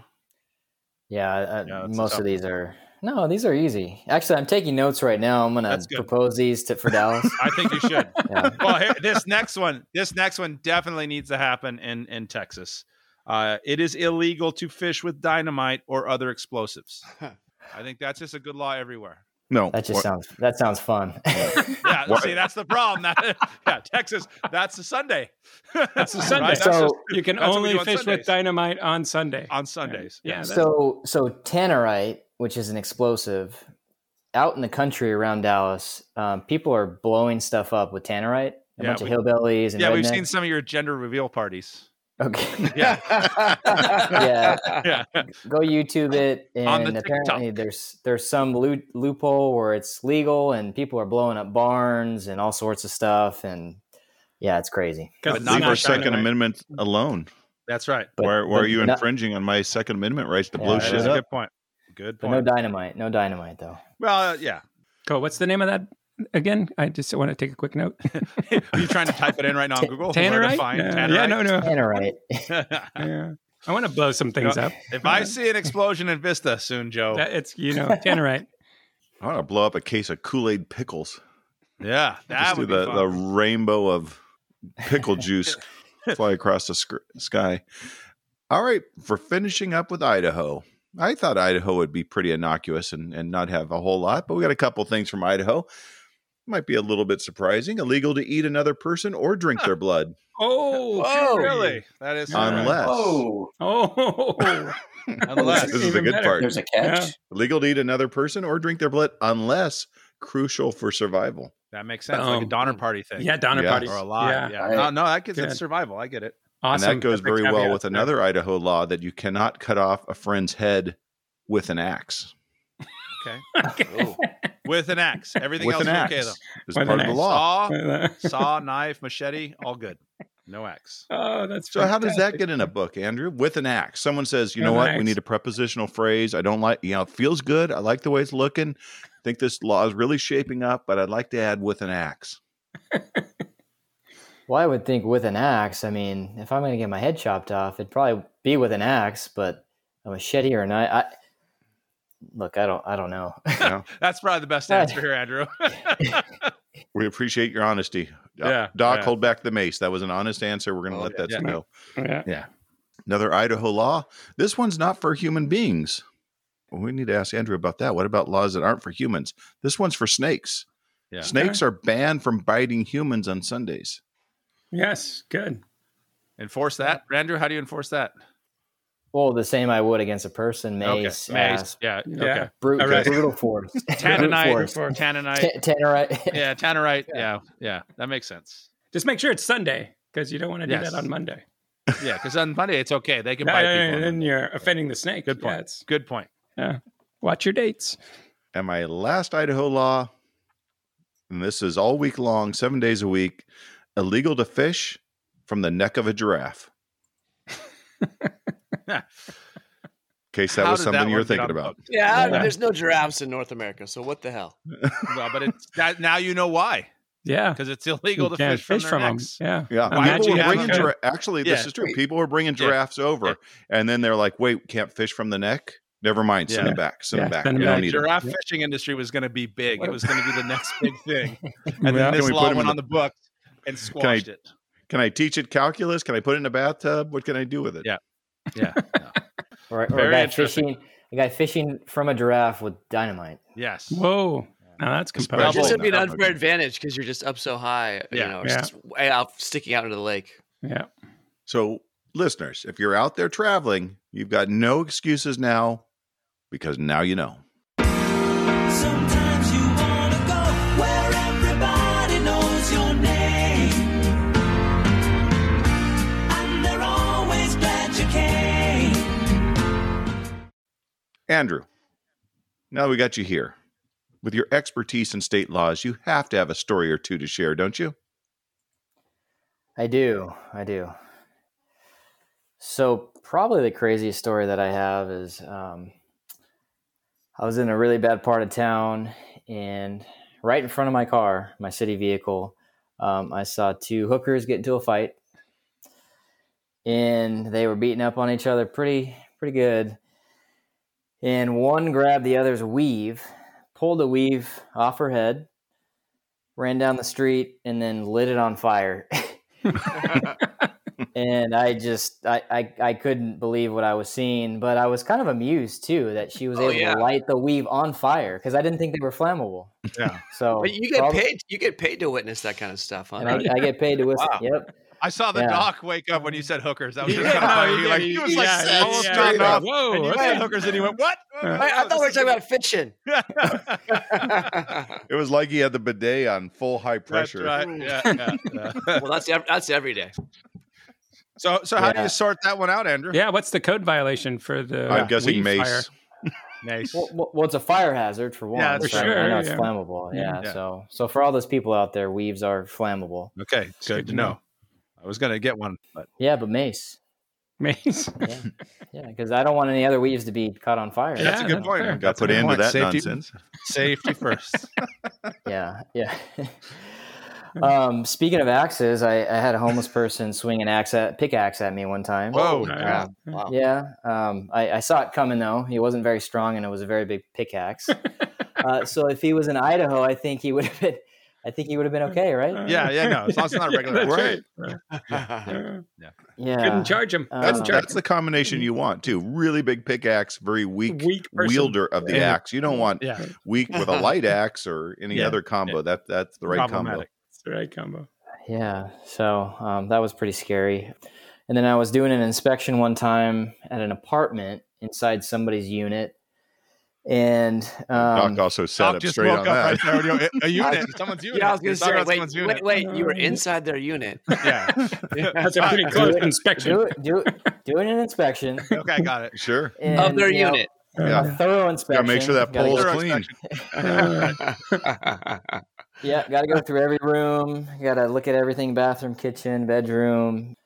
Yeah, uh, Yeah, that's a most tough of these are no, these are easy. Actually, I'm taking notes right now. I'm gonna That's good. propose these to for Dallas. I think you should. yeah. well, here, this next one, this next one definitely needs to happen in, in Texas. Uh, it is illegal to fish with dynamite or other explosives. I think that's just a good law everywhere. No. That just What- sounds that sounds fun. Yeah, Why- see, that's the problem. That- yeah, Texas, that's a Sunday. That's a Sunday. Right? That's So- just You can That's what we only do on fish Sundays. Uh, with dynamite on Sunday. on Sundays. Yeah. that's- so so tannerite, which is an explosive, out in the country around Dallas, um, people are blowing stuff up with tannerite. A Yeah, bunch we- of hillbillies and Yeah, we've rednecks. seen some of your gender reveal parties. Okay, Yeah. yeah. Yeah. Go YouTube it, On the and apparently TikTok. there's there's some loo- loophole where it's legal, and people are blowing up barns and all sorts of stuff, and yeah, it's crazy. 'Cause But it's not Leave not our dynamite. Second Amendment alone. That's right. But- why, why are but you no- infringing on my Second Amendment rights to Yeah, blow that That's shit a up? good point. Good But no point. dynamite, no dynamite though. well, uh, yeah. Cool. What's the name of that again? I just want to take a quick note. Are you trying to type it in right now on Google? Where to Tannerite? find No. Tannerite? Yeah, no, no. Tannerite. Yeah. I want to blow some things up. if I see an explosion in Vista soon, Joe. That- it's you know tannerite. I want to blow up a case of Kool Aid pickles. yeah, that Just do would be the, fun. the rainbow of pickle juice fly across the sc- sky. All right, for finishing up with Idaho. I thought Idaho would be pretty innocuous and, and not have a whole lot, but we got a couple things from Idaho. Might be a little bit surprising. Illegal to eat another person or drink their blood, Oh, Oh, really? That is unless Oh, Oh, unless this is the even good better. part. there's a catch. Yeah. Illegal to eat another person or drink their blood unless crucial for survival. that makes sense, like a Boom. Donner Party thing. Um, yeah, Donner Yeah. parties or alive. Yeah, no, Right. no, that gets Good. it's survival. I get it. awesome. And that goes Perfect very well caveat with there. another Idaho law that you cannot cut off a friend's head with an axe. Okay, Oh. with an axe, everything with else an is axe okay though. is With part an of the axe. law. Oh. Saw, saw, knife, machete, all good. No axe. oh, that's So how does that fantastic. get in a book, Andrew? With an axe. Someone says, you know With an what? We axe. need a prepositional phrase. I don't like, you know, it feels good. I like the way it's looking. I think this law is really shaping up, but I'd like to add with an axe. Well, I would think with an axe. I mean, if I'm going to get my head chopped off, it'd probably be with an axe, but a machete or a knife. I, look, I don't, I don't know. That's probably the best Yeah. answer here, Andrew. We appreciate your honesty. Uh, Yeah, Doc, yeah. hold back the mace. That was an honest answer. We're going to Oh, let yeah, that yeah. go. Yeah. Another Idaho law. This one's not for human beings. We need to ask Andrew about that. What about laws that aren't for humans? This one's for snakes. Yeah. Snakes are banned from biting humans on Sundays. Yes. Good. enforce that, Andrew. How do you enforce that? well, the same I would against a person, mace, Mace. asp, Yeah. Yeah. Okay. brute, All right. brutal force, Tannerite. Brute force. Tannerite. Ta- Tannerite. Yeah. Tannerite. Yeah. Yeah. That makes sense. Just make sure it's Sunday because you don't want to do Yes. that on Monday. Yeah, because on Monday it's okay. They can Yeah, bite yeah, yeah, people. then you're offending the snake. Good point. Yeah, it's- Good point. watch your dates. And my last Idaho law, and this is all week long, seven days a week, illegal to fish from the neck of a giraffe. In case that How was did something that you were one get on thinking the about. Yeah, Yeah. there's no giraffes in North America, so what the hell? Well, but it's that, now you know why. Yeah. because it's illegal You to fish, from, their 'em. necks. Yeah. Yeah, Why would people you were have bringing. them? Gir- actually, this Yeah. is true. People were bringing Yeah. giraffes over, Yeah. and then they're like, "Wait, can't fish from the neck. Never mind. Send Yeah. them back. Send Yeah, them back. send We 'em don't The back. need 'em." giraffe fishing industry was going to be big. It was going to be the next big thing. And Yeah. then this Can we put law 'em went in on the book and squashed it. Can I teach it calculus? Can I put it in a bathtub? What can I do with it? Yeah. Yeah. no. Or, or Very a guy interesting. fishing, a guy fishing from a giraffe with dynamite. Yes. Whoa. Now that's Double. It compelling. just would be an Double. unfair advantage because you're just up so high, Yeah. you know, or Yeah. just way out, sticking out into the lake. Yeah. So, listeners, if you're out there traveling, you've got no excuses now because now you know. Sometimes you wanna go where everybody knows your name. And they're always glad you came. Andrew, now that we got you here. With your expertise in state laws, you have to have a story or two to share, don't you? I do. I do. So probably the craziest story that I have is um, I was in a really bad part of town, and right in front of my car, my city vehicle, um, I saw two hookers get into a fight, and they were beating up on each other pretty pretty good. And one grabbed the other's weave, pulled the weave off her head, ran down the street, and then lit it on fire. and I just I, I I couldn't believe what I was seeing, but I was kind of amused too that she was Oh, able yeah. to light the weave on fire because I didn't think they were flammable. Yeah. So But you get probably- paid. You get paid to witness that kind of stuff, huh? And I, I get paid to whistle. Wow. Yep. I saw the Yeah. doc wake up when you said hookers. That was just Yeah, kind of funny. yeah, like, he was like, yeah, all yeah, straight yeah. up. Whoa, and you okay. said hookers, and he went, what? Wait, I thought we were talking about fishing. about. well, It was like he had the bidet on full high That's pressure. right. Yeah, yeah, yeah. that's ev- that's every day. So, so how do Yeah. you sort that one out, Andrew? Yeah. What's the code violation for the? Uh, I'm guessing weed mace. fire? Nice. Well, well, well, it's a fire hazard for one. Yeah, for so I- I sure, know it's yeah. flammable. Yeah, Yeah. So, so for all those people out there, weaves are flammable. Okay, good to to know. I was gonna get one, but Yeah, but mace. Mace. Yeah, yeah. Because I don't want any other weaves to be caught on fire. that's Yeah, a good that's point. fair. Got That's a put good into point. that Safety- nonsense. Safety first. yeah, yeah. um, speaking of axes, I, I had a homeless person swing an axe at pickaxe at me one time. Whoa. Yeah. Oh. Wow. Yeah, um, I, I saw it coming though. He wasn't very strong, and it was a very big pickaxe. uh, so if he was in Idaho, I think he would have been. I think he would have been okay, Uh, right? Yeah, yeah, no, it's not- it's not a regular that's axe. right. Yeah. Yeah. Couldn't charge him. Uh, That's, Um, that's the combination you want too. Really big pickaxe, very weak, Weak person. wielder of the Yeah. axe. You don't want Yeah, weak with a light axe or any Yeah. other combo. That that's the right combo. problematic. That's the right combo. Yeah, so um, that was pretty scary. And then I was doing an inspection one time at an apartment inside somebody's unit, and um, Doc also set Doc up just straight woke on up that. right there. when you- A unit. Someone's unit. Yeah, I was gonna You thought say. about Wait, someone's wait, unit. wait. You were inside their unit. Yeah. That's a pretty Uh, close do it- inspection. do, do, doing an inspection Okay, got it. sure. and, of their you know, unit. Uh, a thorough inspection. Gotta make sure that Gotta pole's go- Thorough clean. Yeah, got to go through every room. Got to look at everything: bathroom, kitchen, bedroom.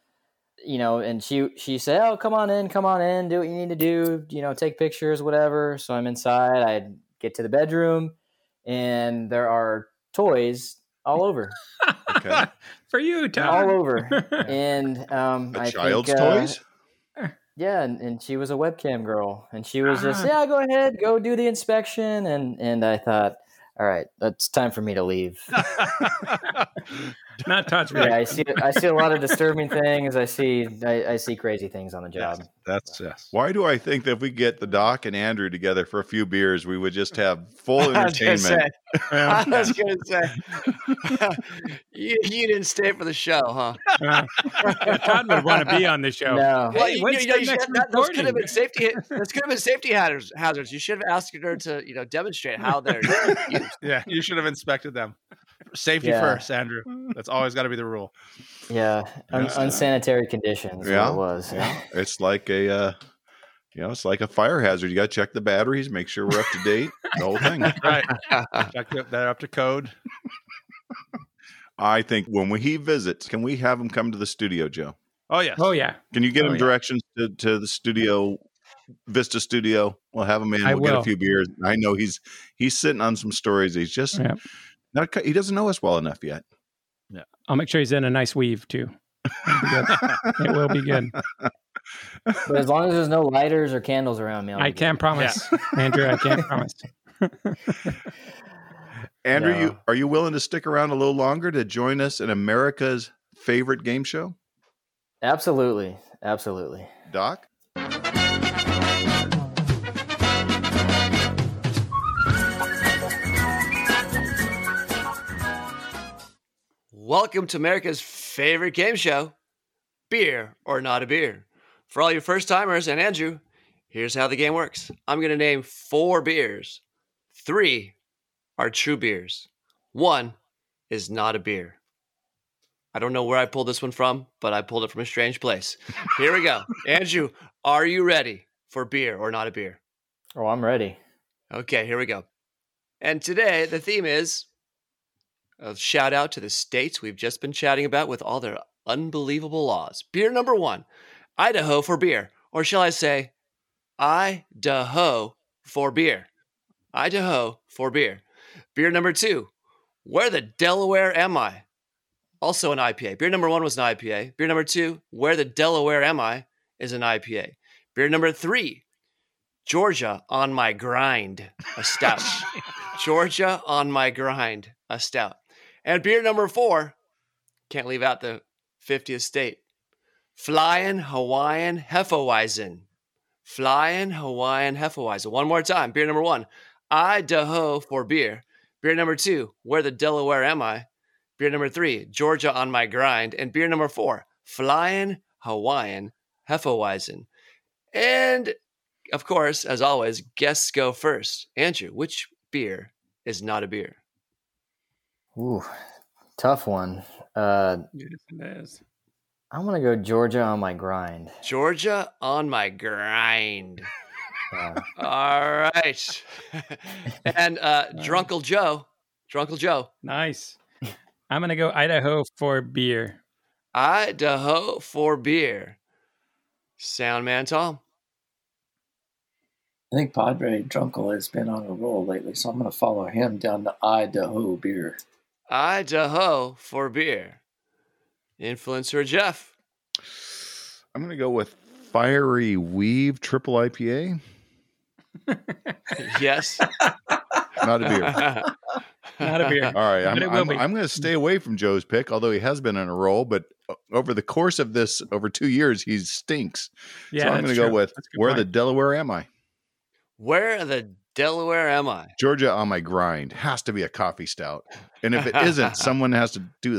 You know, and she she said, "Oh, come on in, come on in, do what you need to do. You know, take pictures, whatever." So I'm inside. I get to the bedroom, and there are toys all over, Okay. For you, all Tom. over, and um, A I child's think, uh, toys? yeah, and, and she was a webcam girl, and she was just, Ah. yeah, go ahead, go do the inspection, and and I thought, all right, it's time for me to leave. Not Todd's yeah, right. I see. I see a lot of disturbing things. I see. I, I see crazy things on the job. Yes, That's yes. Why do I think that if we get the Doc and Andrew together for a few beers, we would just have full I was gonna entertainment? say. I was gonna say. you, you didn't stay for the show, huh? Uh, Todd would want to be on the show. No. Hey, you- when's you know, the you should- next that- those could have recording? been safety. Those could have been safety hazards. Hazards. You should have asked her to, you know, demonstrate how they're. used. Yeah, you should have inspected them. Safety Yeah. first, Andrew. That's always got to be the rule. Yeah. Un- Yeah. unsanitary conditions. Yeah. Yeah. What it was. It's like a, uh, you know, it's like a fire hazard. You got to check the batteries, make sure we're up to date. The whole thing. Right. Check that they're up to code. I think when we, he visits, can we have him come to the studio, Joe? Oh yes. Oh yeah, Can you get Oh, him yeah. directions to, to the studio, Vista Studio? We'll have him in. I We'll get a will. few beers. I know he's he's sitting on some stories. He's just Yeah. Not cu- he doesn't know us well enough yet. I'll make sure he's in a nice weave too. It'll be good. it will be good. But as long as there's no lighters or candles around me, I'll I be good. can't promise, Andrew. I can't promise. Andrew, you No. are you willing to stick around a little longer to join us in America's favorite game show? Absolutely, absolutely. Doc? Welcome to America's favorite game show, Beer or Not a Beer. For all your first timers and Andrew, here's how the game works I'm going to name four beers. Three are true beers, one is not a beer. I don't know where I pulled this one from, but I pulled it from a strange place. Here we go. Andrew, are you ready for beer or not a beer? Oh, I'm ready. Okay, here we go. And today the theme is a shout out to the states we've just been chatting about with all their unbelievable laws. Beer number one, Idaho for beer, or shall I say, Idaho for beer. Idaho for beer. Beer number two, where the Delaware am I? Also an IPA. Beer number one was an IPA. Beer number two, where the Delaware am I? is an IPA. Beer number three, Georgia on my grind, a stout. Georgia on my grind, a stout. And beer number four, can't leave out the 50th state. Flying Hawaiian Hefeweizen. Flying Hawaiian Hefeweizen. One more time. Beer number one, Idaho for beer. Beer number two, where the Delaware am I? Beer number three, Georgia on my grind. And beer number four, Flying Hawaiian Hefeweizen. And of course, as always, guests go first. Andrew, which beer is not a beer? Ooh, tough one. Uh, Yes, it is. I'm gonna go Georgia on my grind. Georgia on my grind. Yeah. All right. and uh, Drunkle Joe, Drunkle Joe, Nice. I'm gonna go Idaho for beer. Idaho for beer. Sound man Tom. I think Padre Drunkle has been on a roll lately, so I'm going to follow him down to Idaho beer. Idaho for beer. Influencer Jeff. I'm gonna go with Fiery Weave Triple IPA. Yes. Not a beer. Not a beer. All right, But I'm, it will I'm, be. I'm going to stay away from Joe's pick, although he has been on a roll. But o- over the course of this, over two years, he stinks. Yeah, so I'm that's to go true. with That's a good where point. the Delaware am I? Where the Delaware am I? Georgia on my grind has to be a coffee stout, and if it isn't, someone has to do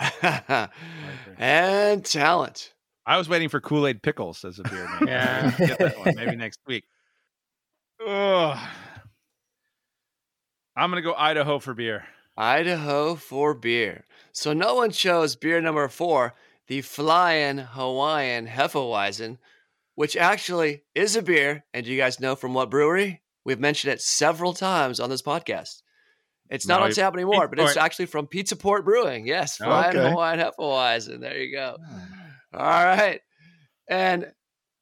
that. and talent. I was waiting for Kool Aid pickles as a beer name. Yeah. Get that one maybe next week. Ugh. I'm gonna go Idaho for beer. Idaho for beer. So no one chose beer number four, the Flying Hawaiian Hefeweizen, which actually is a beer. And do you guys know from what brewery? We've mentioned it several times on this podcast. It's not No, on it- tap anymore, but it's Pizzaport. actually from Pizza Port Brewing. Yes, Oh, Flying okay. Hawaiian Hefeweizen. There you go. All right. And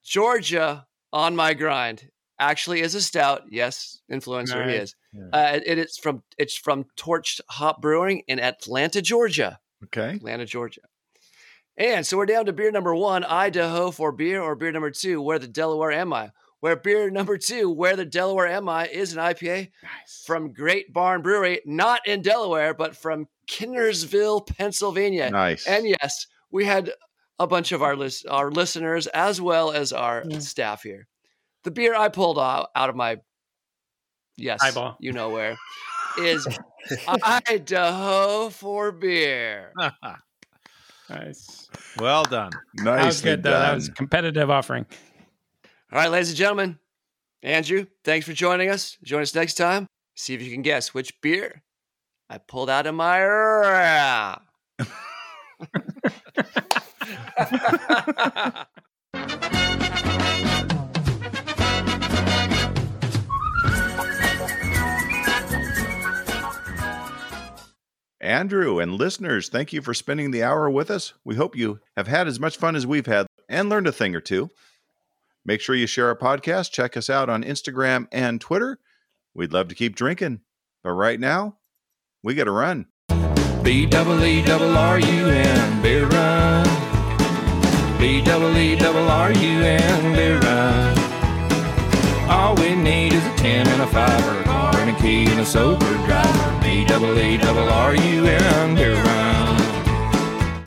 Georgia on my grind actually is a stout. Yes, influencer he Nice. is. Uh, it- it's from it's from Torched Hop Brewing in Atlanta, Georgia. Okay, Atlanta, Georgia. And so we're down to beer number one, Idaho for beer, or beer number two, where the Delaware am I? Where beer number two, where the Delaware am I, is an IPA from Great Barn Brewery, not in Delaware, but from Kinnersville, Pennsylvania. nice. And yes, we had a bunch of our list, our listeners as well as our staff here. The beer I pulled out, out of my yes, Eyeball. you know where, is Idaho for beer. Nice. well done. That was Nicely good though. That was done. competitive offering. All right, ladies and gentlemen, Andrew, thanks for joining us. Join us next time. See if you can guess which beer I pulled out of my. ra- Andrew and listeners, thank you for spending the hour with us. We hope you have had as much fun as we've had and learned a thing or two. Make sure you share our podcast. Check us out on Instagram and Twitter. We'd love to keep drinking. But right now, We got to run. B double E double R U N beer run. B double E double R U N beer run. All we need is a ten and a five or a car and a key and a sober driver. B double E double R U N beer run.